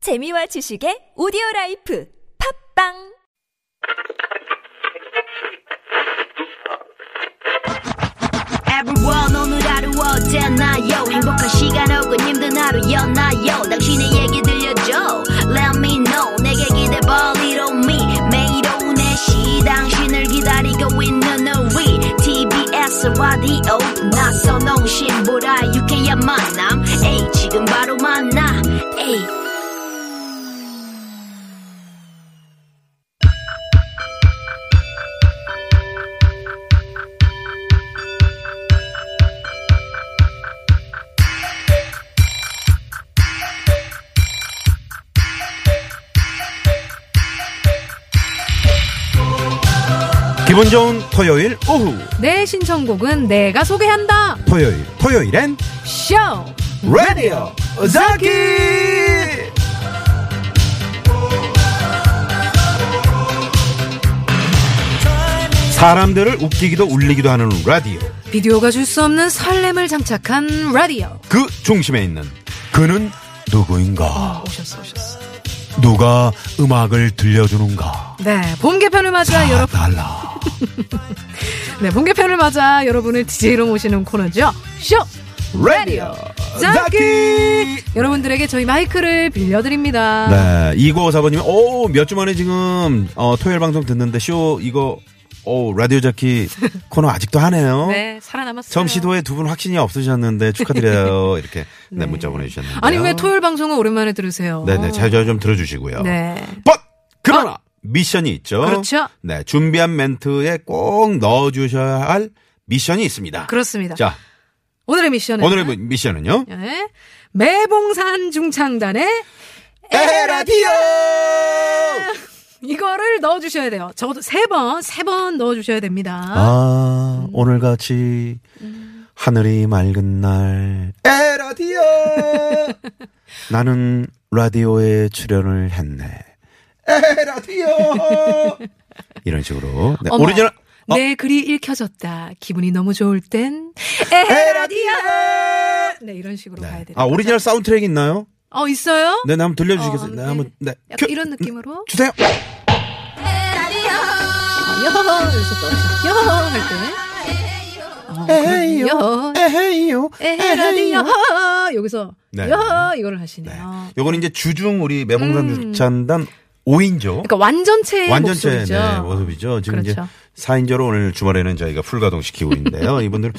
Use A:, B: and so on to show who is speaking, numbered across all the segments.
A: 재미와 지식의 오디오 라이프 팝빵
B: Everyone 오늘 하루 어땠나요 행복한 시간 혹은 힘든 하루였나요 당신의 얘기 들려줘 Let me know 내게 기대봐 Little me 매일 오후 4시 당신을 기다리고 있는 우리 TBS 라디오 나선홍 신보라 유쾌한 만남 에이 지금 바로 만나 에이
C: 기분 좋은 토요일 오후
D: 내 네, 신청곡은 내가 소개한다.
C: 토요일 토요일엔
D: 쇼.
C: 라디오 오사키 사람들을 웃기기도 울리기도 하는 라디오
D: 비디오가 줄 수 없는 설렘을 장착한 라디오.
C: 그 중심에 있는 그는 누구인가
D: 아, 오셨어, 오셨어.
C: 누가 음악을 들려주는가
D: 네, 봄 개편을 맞아
C: 다
D: 여러분,
C: 달라
D: 네, 봄 개편을 맞아 여러분을 DJ로 모시는 코너죠. 쇼.
C: 라디오 오사키
D: 여러분들에게 저희 마이크를 빌려드립니다.
C: 네, 2954번님, 오, 몇 주 만에 지금, 어, 토요일 방송 듣는데, 쇼, 이거, 오, 라디오 자키 코너 아직도 하네요.
D: 네, 살아남았어요.
C: 처음 시도에 두 분 확신이 없으셨는데, 축하드려요. 이렇게, 네,
D: 네.
C: 문자 보내주셨는데.
D: 아니 왜 토요일 방송은 오랜만에 들으세요?
C: 네네, 자주 좀 들어주시고요.
D: 네.
C: 뻗! 그러나! 미션이 있죠.
D: 그렇죠.
C: 네, 준비한 멘트에 꼭 넣어주셔야 할 미션이 있습니다.
D: 그렇습니다. 네.
C: 자,
D: 오늘의 미션은
C: 오늘의 미- 미션은요.
D: 네. 매봉산 중창단의
C: 에라디오!
D: 이거를 넣어주셔야 돼요. 적어도 세 번, 세 번 넣어주셔야 됩니다. 음.
C: 아, 오늘같이 하늘이 맑은 날. 에라디오! 나는 라디오에 출연을 했네. 에라디오! 이런 식으로. 네,
D: 어머,
C: 오리지널. 어,
D: 내 글이 읽혀졌다. 기분이 너무 좋을 땐 에라디아. 네 이런 식으로
C: 네.
D: 가야 돼요.
C: 아, 오리지널 사운드트랙 있나요?
D: 어 있어요?
C: 네, 나 한번 들려주시겠어요?
D: 어,
C: 네,
D: 네.
C: 한번, 네.
D: 약간
C: 큐- 음.
D: 이런 느낌으로
C: 주세요!
D: 아, 여기서 떠오르죠. 여할 때. 어, 그럼 여.
C: 에헤이요.
D: 에라디아. 여기서
C: 네.
D: 여 이거를
C: 네.
D: 하시네요.
C: 요거는 이제 주중 우리 매봉산
D: 어. 음.
C: 주찬단 5인조.
D: 그러니까 완전체의
C: 완전체
D: 목소리죠.
C: 네, 모습이죠. 지금
D: 그렇죠.
C: 이제 4인조로 오늘 주말에는 저희가 풀가동 시키고 있는데요. 이분들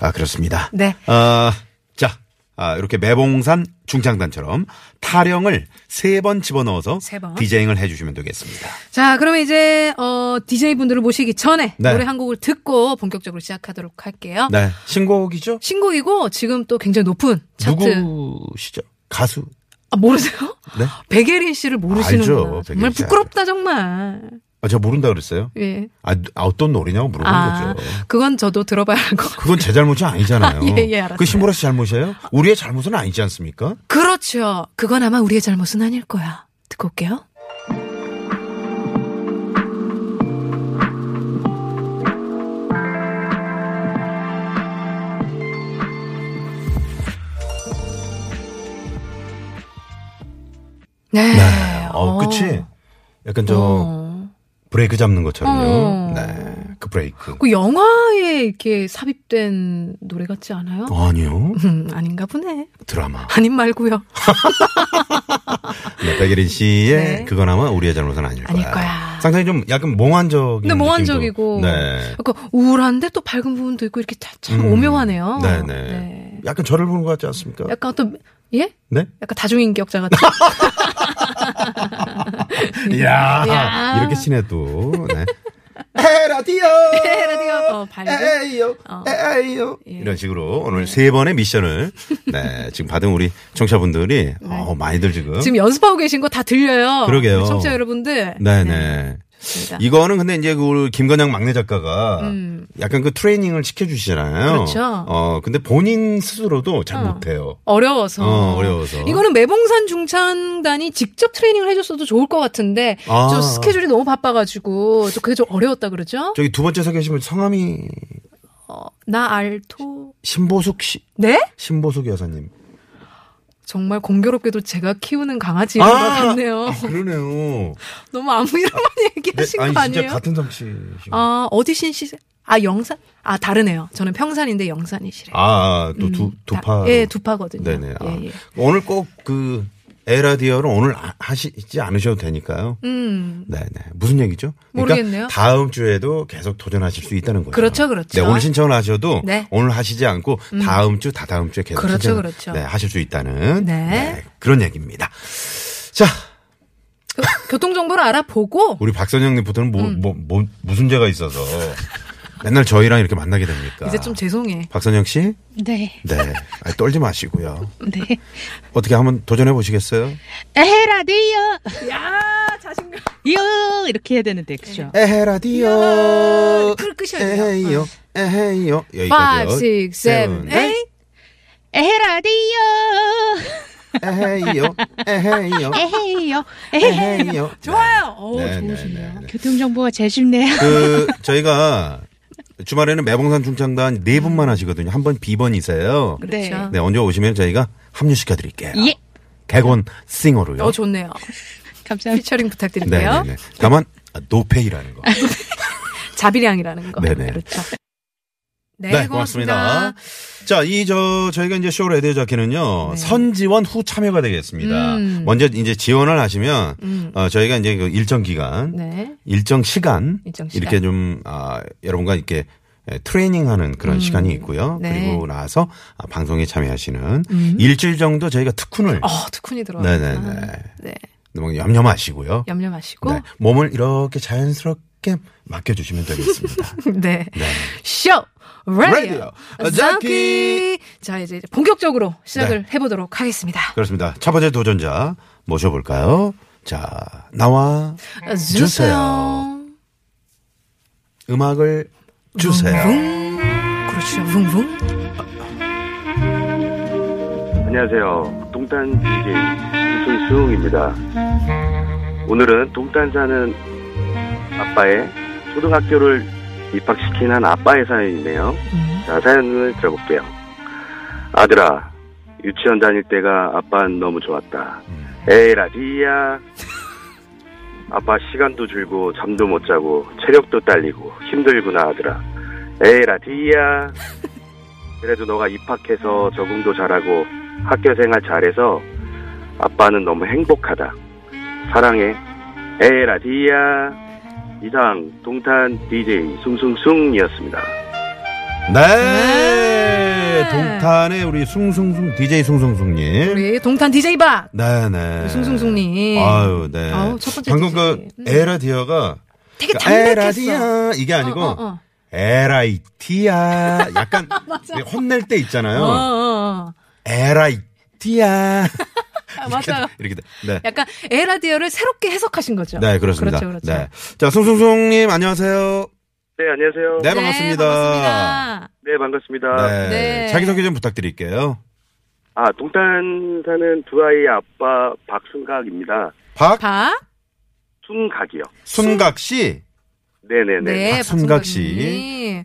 C: 아 그렇습니다.
D: 네.
C: 아, 자 아, 이렇게 매봉산 중창단처럼 타령을 세 번 집어넣어서
D: 세 번.
C: 디제잉을 해주시면 되겠습니다.
D: 자, 그러면 이제 어 DJ 분들을 모시기 전에
C: 네.
D: 노래 한 곡을 듣고 본격적으로 시작하도록 할게요.
C: 네, 신곡이죠.
D: 신곡이고 지금 또 굉장히 높은 차트.
C: 누구시죠? 가수.
D: 아, 모르세요?
C: 네.
D: 백예린 씨를 모르시는구나.
C: 알죠,
D: 정말
C: 백예린 씨
D: 부끄럽다 정말.
C: 아, 제가 모른다 그랬어요.
D: 예.
C: 아, 아, 어떤 노래냐고 물어보는
D: 아,
C: 거죠.
D: 그건 저도 들어봐야 할 거.
C: 그건 제 잘못이 아니잖아요.
D: 아, 예, 예, 알았어요.
C: 그 신보라 씨 잘못이에요? 우리의 잘못은 아니지 않습니까?
D: 그렇죠. 그건 아마 우리의 잘못은 아닐 거야. 듣고 올게요. 네.
C: 어, 그치? 약간 저
D: 어.
C: 브레이크 잡는 것처럼요.
D: 어.
C: 네, 그 브레이크.
D: 그 영화에 이렇게 삽입된 노래 같지 않아요?
C: 어, 아니요,
D: 음, 아닌가 보네.
C: 드라마.
D: 아님 말고요.
C: 네, 백예린 씨의
D: 네.
C: 그건 아마 우리의 잘못은 아닐 거야.
D: 아닐 거야.
C: 상당히 좀 약간 몽환적인.
D: 근데 몽환적이고
C: 음, 느낌도. 네.
D: 약간 우울한데 또 밝은 부분도 있고 이렇게 다- 참
C: 음.
D: 오묘하네요.
C: 네네.
D: 어, 네.
C: 약간 저를 보는 것 같지 않습니까?
D: 약간 어떤 예?
C: 네?
D: 약간 다중인격자 같은.
C: 이야,
D: 이야.
C: 이렇게 친해도. 네. 에라디오!
D: 에라디오. 어, 발음.
C: 에이요!
D: 어.
C: 에이요!
D: 예.
C: 이런 식으로 오늘 세 번의 미션을, 네, 지금 받은 우리 청취자분들이, 어, 많이들 지금.
D: 네. 지금 연습하고 계신 거 다 들려요. 네,
C: 그러게요.
D: 청취자 여러분들.
C: 네네.
D: 좋습니다.
C: 이거는 근데 이제 그 김건양 막내 작가가
D: 그러니까. 음.
C: 약간 그 트레이닝을 시켜주시잖아요.
D: 그렇죠.
C: 어, 근데 본인 스스로도 잘
D: 어.
C: 못해요.
D: 어려워서.
C: 어, 어려워서.
D: 이거는 매봉산 중창단이 직접 트레이닝을 해줬어도 좋을 것 같은데,
C: 아.
D: 저 스케줄이 너무 바빠가지고, 저 그게 좀 어려웠다 그러죠?
C: 저기 두 번째 서 계신 분 성함이
D: 어, 나 알토.
C: 신보숙 씨,
D: 네?
C: 신보숙 여사님.
D: 정말 공교롭게도 제가 키우는 강아지인 것
C: 아!
D: 같네요.
C: 아, 그러네요.
D: 너무 아무 이름만
C: 네,
D: 얘기하신
C: 아니
D: 거
C: 진짜
D: 아니에요?
C: 같은 정치신. 아,
D: 아, 어디 신시? 아, 영산? 아, 다르네요. 저는 평산인데 영산이시래요.
C: 아, 또 두,
D: 음, 다-
C: 두파.
D: 예, 두파거든요.
C: 네네. 아.
D: 예, 예.
C: 오늘 꼭 그 에라디오를 오늘 아- 하시지 않으셔도 되니까요.
D: 음.
C: 네네. 무슨 얘기죠? 그러니까
D: 모르겠네요.
C: 다음 주에도 계속 도전하실 수 있다는 거예요.
D: 그렇죠,
C: 네,
D: 그렇죠.
C: 오늘 신청을 하셔도
D: 네.
C: 오늘 하시지 않고 다음 주, 다다음 주에 계속
D: 그렇죠,
C: 신청을,
D: 그렇죠.
C: 네, 하실 수 있다는
D: 네.
C: 그런 얘기입니다. 자,
D: 그 교통정보를 알아보고
C: 우리 박선영님부터는 뭐,
D: 음.
C: 뭐, 뭐, 무슨 죄가 있어서 맨날 저희랑 이렇게 만나게 됩니까?
D: 이제 좀 죄송해.
C: 박선영 씨?
E: 네,
C: 네. 아니, 떨지 마시고요.
E: 네.
C: 어떻게 한번 도전해 보시겠어요?
E: 에헤라디요. 야, 자신감. 요 이렇게 해야 되는데 그죠?
C: 에헤라디오.
D: 그걸 끄셔야 돼요. 어.
C: 에헤이요. 네, 에헤이요. 여기까지요.
D: 5, 6, 7,
C: 네.
D: 8.
E: 네. 에헤라디요.
C: 에헤이요. 에헤이요.
E: 에헤이요. 에헤.
C: 에헤이요.
D: 좋아요. 오,
C: 네, 네,
D: 좋으시네요.
C: 네, 네.
E: 교통 정보가 제일 쉽네요.
C: 그 저희가 주말에는 매봉산 중창단 네 분만
D: 음.
C: 하시거든요. 한 번 비번이세요.
E: 네.
D: 그렇죠.
C: 네, 언제 오시면 저희가 합류시켜 드릴게요.
E: 예.
C: 개곤 싱어로요.
D: 어, 좋네요.
E: 감사합니다.
D: 피처링
C: 네,
D: 부탁드릴게요. 네,
C: 네, 네. 다만 아, 노페이라는 거.
D: 자비량이라는 거.
C: 네네.
D: 그렇죠. 네,
C: 자, 이 저 저희가 이제 쇼 레디오 자켓은요
D: 네.
C: 선지원 후 참여가 되겠습니다.
D: 음.
C: 먼저 이제 지원을 하시면
D: 음.
C: 어, 저희가 이제 그 일정 기간,
D: 네.
C: 일정 시간,
D: 일정 시간.
C: 이렇게 좀 아, 여러분과 이렇게 에, 트레이닝하는 그런 시간이 있고요.
D: 네.
C: 그리고 나서 아, 방송에 참여하시는
D: 음.
C: 일주일 정도 저희가 특훈을
D: 어, 특훈이 들어가.
C: 네네네.
D: 네.
C: 너무 염려 마시고요.
D: 염려 마시고.
C: 네. 몸을 이렇게 자연스럽게 맡겨주시면 되겠습니다.
D: 네. 쇼! 라디오!
C: 라디오, 자키!
D: 자키! 자, 이제 본격적으로 시작을
C: 네.
D: 해보도록 하겠습니다.
C: 그렇습니다. 첫 번째 도전자 모셔볼까요? 자, 나와 주세요. 음악을 주세요.
D: 웅. 그렇죠. 웅웅.
F: 안녕하세요. 동탄 DJ 손수웅입니다. 오늘은 동탄 사는 아빠의 초등학교를 입학시킨 한 아빠의 사연이네요.
D: 음.
F: 자, 사연을 들어볼게요. 아들아, 유치원 다닐 때가 아빠는 너무 좋았다. 에이, 라디야. 아빠 시간도 줄고 잠도 못 자고 체력도 딸리고 힘들구나 아들아. 에이, 라디야. 그래도 너가 입학해서 적응도 잘하고 학교 생활 잘해서 아빠는 너무 행복하다. 사랑해. 에이, 라디야. 이상 동탄 DJ 숭숭숭이었습니다.
C: 네. 동탄의 우리 숭숭숭 DJ 숭숭숭님.
D: 우리 동탄 DJ 박!
C: 네네.
D: 숭숭숭님.
C: 아유, 네.
D: 아우, 첫 번째
C: 방금 그
D: DJ. 음.
C: 에라디어가 그
D: 되게 담백했어.
C: 에라디아 이게 아니고
D: 어, 어, 어.
C: 에라이티아 약간 혼낼 때 있잖아요.
D: 어, 어, 어.
C: 에라이티아
D: 아, 맞아요.
C: 이렇게 돼. 네.
D: 약간 에라디어를 새롭게 해석하신 거죠.
C: 네, 그렇습니다.
D: 그렇죠, 그렇죠.
C: 네. 자, 숭숭숭님 안녕하세요.
F: 네, 안녕하세요.
C: 네, 반갑습니다.
D: 반갑습니다.
F: 네, 반갑습니다.
C: 네.
D: 네.
C: 자기소개 좀 부탁드릴게요.
F: 아, 동탄 사는 두 아이의 아빠 박순각입니다.
C: 박,
D: 박.
F: 순각이요.
C: 순각 씨.
F: 네네네.
D: 네,
C: 박순각 씨.
D: 박순각님.
C: 네.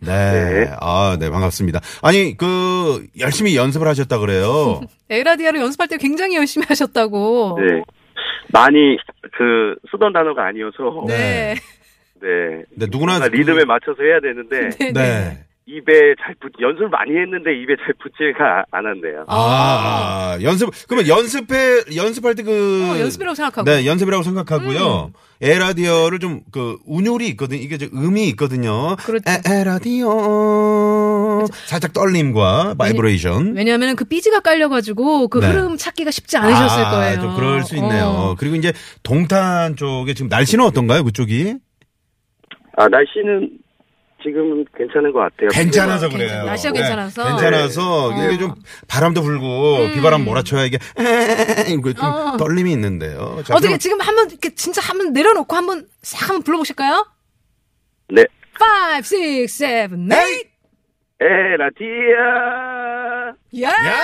F: 네.
C: 아, 네, 반갑습니다. 아니, 그, 열심히 연습을 하셨다 그래요.
D: 에라디아를 연습할 때 굉장히 열심히 하셨다고.
F: 네. 많이 그 쓰던 단어가 아니어서 네.
D: 네.
C: 네, 누구나.
F: 뭔가 아, 리듬에 맞춰서 해야 되는데
D: 네.
C: 네.
F: 입에 잘 붙, 연습을 많이 했는데 입에 잘 붙지가
C: 아,
F: 않았네요.
C: 아, 연습, 그러면 연습해, 연습할 때 그.
D: 어, 연습이라고 생각하고. 음.
C: 네, 연습이라고 생각하고요. 에라디어를 좀, 그, 운율이 있거든요. 이게 이제 음이 있거든요.
D: 그렇죠.
C: 에, 에라디어. 살짝 떨림과
D: 네.
C: 바이브레이션.
D: 왜냐하면 그 삐지가 깔려가지고 그
C: 네.
D: 흐름 찾기가 쉽지 않으셨을
C: 아,
D: 거예요.
C: 좀 그럴 수 있네요.
D: 어.
C: 그리고 이제 동탄 쪽에 지금 날씨는 어떤가요? 그쪽이?
F: 아, 날씨는 지금 괜찮은 것 같아요.
C: 예, 괜찮아서
D: 괜찮-
C: 그래요.
D: 날씨가
C: 네,
D: 괜찮아서.
C: 괜찮아서
D: 네.
C: 이게
D: 어.
C: 좀 바람도 불고 비바람 몰아쳐야 이게 이거 좀
D: 어.
C: 떨림이 있는데요. 자,
D: 어떻게
C: 그럼-
D: 지금 한번 이렇게 진짜 한번 내려놓고 한번 싹 한번 불러보실까요?
F: 네.
D: 5, 6, 7, 8.
C: 에이!
F: 에라디아.
D: 야!
C: 야!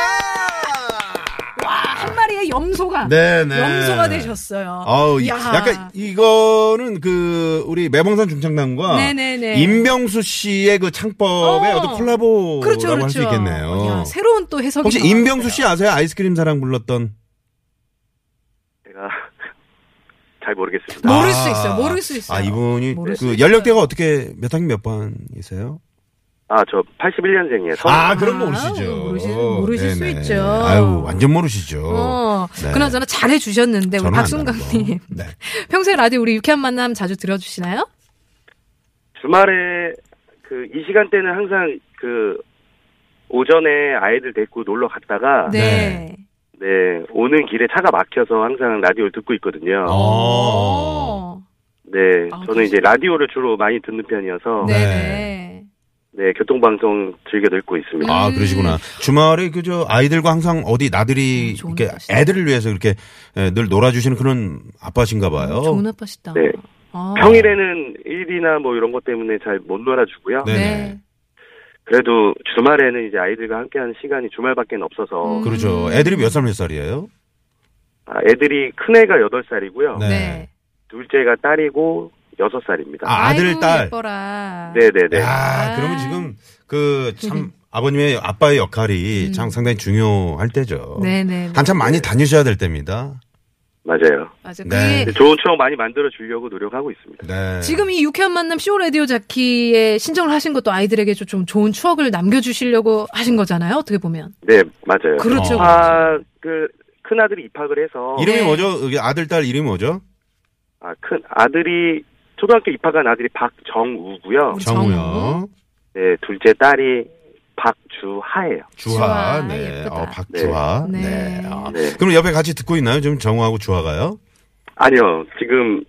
D: 한 마리의 염소가
C: 네, 네.
D: 염소가 되셨어요.
C: 아우, 이-
D: 이야.
C: 약간 이거는 그 우리 매봉산 중창단과
D: 네네네.
C: 임병수 씨의 그 창법의
D: 어.
C: 어. 떤 콜라보라고
D: 그렇죠, 그렇죠.
C: 할 수 있겠네요.
D: 야, 새로운 또 해석이
C: 혹시
D: 나왔어요.
C: 임병수 씨 아세요? 아이스크림 사랑 불렀던
F: 제가 잘 모르겠습니다.
D: 모를 수
C: 아.
D: 있어요. 모를 수 있어요.
C: 아 이분이
D: 모를 수
C: 그
D: 있어요.
C: 연령대가 어떻게 몇 학년 몇 반이세요?
F: 아, 저 81년생이에요.
C: 아 그럼
D: 아,
C: 모르시죠. 어,
D: 모르시- 모르실 수
C: 네네.
D: 있죠.
C: 아유 완전 모르시죠.
D: 어,
C: 네.
D: 그나저나 잘해 주셨는데 우리
C: 저는 안 나는
D: 박순강님
C: 거. 네.
D: 평소에 라디오 우리 유쾌한 만남 자주 들어주시나요?
F: 주말에 그 이 시간대는 항상 그 오전에 아이들 데리고 놀러
C: 아,
F: 갔다가 네.
D: 네.
F: 오는 길에 차가 막혀서 항상 라디오를 듣고 있거든요.
C: 어.
F: 네
D: 아,
F: 저는 이제 라디오를 주로 많이 듣는 편이어서 네,
D: 네.
C: 네.
D: 네.
F: 교통방송 즐겨 듣고 있습니다.
C: 아
D: 음.
C: 그러시구나. 주말에 그저 아이들과 항상 어디 나들이
D: 음, 좋은
C: 이렇게
D: 아빠시다.
C: 애들을 위해서 이렇게 예, 늘 놀아주시는 그런 아빠신가 봐요.
D: 음, 좋은 아빠시다.
F: 네.
D: 아.
F: 평일에는 일이나 뭐 이런 것 때문에 잘 못 놀아주고요.
C: 네.
D: 네.
F: 그래도 주말에는 이제 아이들과 함께하는 시간이 주말밖에 없어서
D: 음.
C: 그러죠. 그렇죠. 애들이 몇 살 몇 살이에요?
F: 아, 애들이 큰 애가 8살이고요.
C: 네.
D: 네.
F: 둘째가 딸이고 6살입니다.
C: 아, 아들,
D: 아이고,
C: 딸.
D: 예뻐라.
F: 네네네.
C: 야,
D: 아. 음.
C: 그러면 지금 그 참 아버님의 아빠의 역할이 참 상당히 중요할 때죠.
D: 네네.
C: 한참 많이 다니셔야 될 때입니다.
F: 맞아요.
D: 맞아.
C: 네.
D: 그게
F: 네, 좋은 추억 많이 만들어 주려고 노력하고 있습니다.
C: 네.
D: 지금 이 유쾌한 만남 쇼 라디오 자키에 신청을 하신 것도 아이들에게 좀- 좀 좋은 추억을 남겨주시려고 하신 거잖아요. 어떻게 보면.
F: 네, 맞아요.
D: 그렇죠.
F: 입학을, 큰 아들이 입학을 해서,
C: 이름이
D: 네.
C: 뭐죠? 이게 아들 딸 이름이 뭐죠?
F: 아, 큰 아들이, 초등학교 입학한 아들이 박정우고요
D: 우리
C: 정우요.
D: 정우.
F: 네, 둘째 딸이 박주하예요.
C: 주하.
D: 주하,
C: 네.
D: 예쁘다.
C: 어, 박주하. 네.
D: 네. 네.
C: 아,
F: 네.
C: 그럼 옆에 같이 듣고 있나요? 지금 정우하고 주하가요?
F: 아니요, 지금,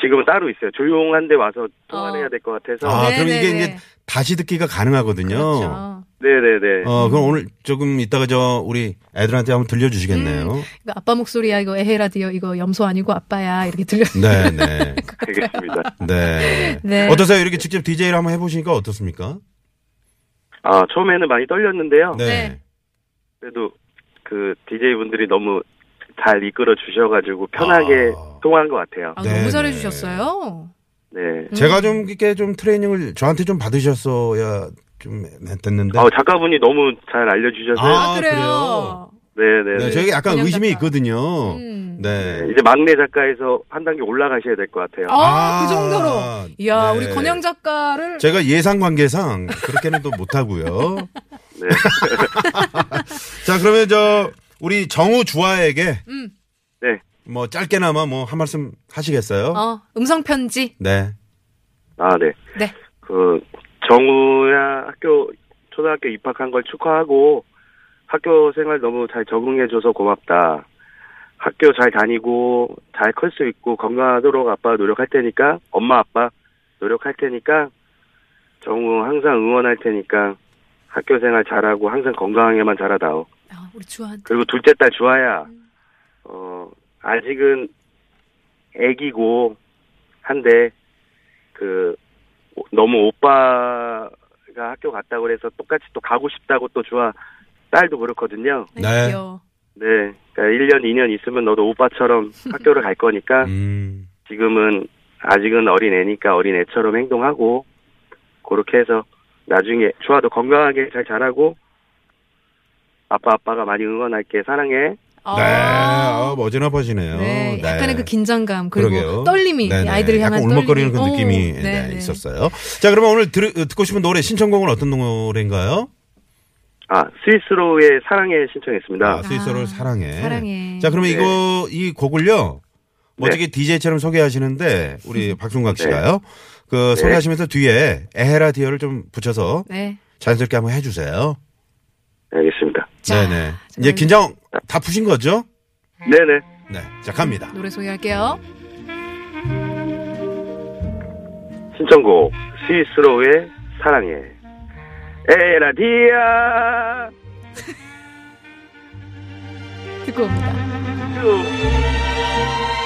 F: 지금은 따로 있어요. 조용한데 와서 통화해야 를 될것 같아서.
C: 아,
D: 네,
C: 그럼
D: 네,
C: 이게
D: 네.
C: 이제 다시 듣기가 가능하거든요.
D: 그렇죠.
F: 네네네.
C: 어, 그럼 오늘 조금 이따가 저 우리 애들한테 한번 들려주시겠네요.
D: 이거 그 아빠 목소리야 이거 에헤 라디오 이거 염소 아니고 아빠야 이렇게 들려.
C: 네, 네.
F: 알겠습니다.
C: 네.
D: 네.
C: 어떠세요? 이렇게 직접 DJ를 한번 해보시니까 어떻습니까?
F: 아, 처음에는 많이
D: 어,
F: 떨렸는데요.
C: 네.
F: 그래도 그 DJ 분들이 너무 잘 이끌어 주셔가지고 편하게
C: 아.
F: 통화한 것 같아요.
D: 아,
C: 네,
D: 너무 잘해
C: 네.
D: 주셨어요.
F: 네.
D: 음.
C: 제가 좀 이렇게 좀 트레이닝을 저한테 좀 받으셨어야 좀 됐는데.
F: 아, 작가분이 너무 잘 알려주셔서.
C: 네. 아, 그래요?
F: 네네.
C: 네, 저에게 약간
D: 그냥
C: 의심이
D: 작가.
C: 있거든요.
D: 음.
C: 네.
F: 이제 막내 작가에서 한 단계 올라가셔야 될 것 같아요.
D: 아,
C: 아,
D: 그 정도로. 이야,
C: 네.
D: 우리 권영 작가를
C: 제가 예상 관계상 그렇게는 또 못하고요.
F: 네.
C: 자, 그러면 저 우리 정우 주아에게
D: 음,
F: 네.
C: 뭐 짧게나마 뭐 한 말씀 하시겠어요?
D: 어, 음성 편지.
C: 네.
F: 아, 네.
D: 네.
F: 그, 정우야 학교, 초등학교 입학한 걸 축하하고 학교 생활 너무 잘 적응해줘서 고맙다. 학교 잘 다니고 잘 클 수 있고 건강하도록 아빠 노력할 테니까 엄마 아빠 노력할 테니까 정우 항상 응원할 테니까 학교 생활 잘하고 항상 건강하게만 자라다오.
D: 아, 우리 주한.
F: 그리고 둘째 딸 주아야, 어, 아직은 애기고 한데, 그, 오- 너무 오빠가 학교 갔다고 해서 똑같이 또 가고 싶다고 또 주아 딸도 그렇거든요.
C: 네.
D: 귀여워.
F: 네. 그러니까 1년, 2년 있으면 너도 오빠처럼 학교를 갈 거니까
C: 음.
F: 지금은 아직은 어린 애니까 어린 애처럼 행동하고 그렇게 해서 나중에 주아도 건강하게 잘 자라고 아빠 아빠가 많이 응원할게 사랑해
D: 아.
C: 네. 아, 머지나파시네요.
D: 네, 약간의 그 긴장감 그리고
C: 그러게요.
D: 떨림이
C: 네네.
D: 아이들을 향한
C: 약간 울먹거리는 그
D: 떨림이.
C: 느낌이
D: 오,
C: 네,
D: 네네.
C: 있었어요. 자, 그러면 오늘 들, 듣고 싶은 노래 신청곡은 어떤 노래인가요?
F: 아, 스위스로의 사랑에 신청했습니다.
C: 아, 스위스를 사랑해.
D: 사랑해.
C: 자, 그러면
F: 네.
C: 이거 이 곡을요. 뭐 어떻게 DJ처럼 소개하시는데 우리 박순각 씨가요. 그
F: 음. 네.
C: 소개하시면서 뒤에 에헤라 디어를 좀 붙여서
D: 네.
C: 자연스럽게 한번 해 주세요.
F: 네, 알겠습니다.
D: 자,
C: 네네. 이제
D: 정말-
C: 긴장 다 푸신 거죠?
F: 네네.
C: 네. 자, 갑니다.
D: 노래 소개할게요.
F: 신청곡 스위스로의 사랑해. 에라디아.
D: 듣고 옵니다.
F: 쭉.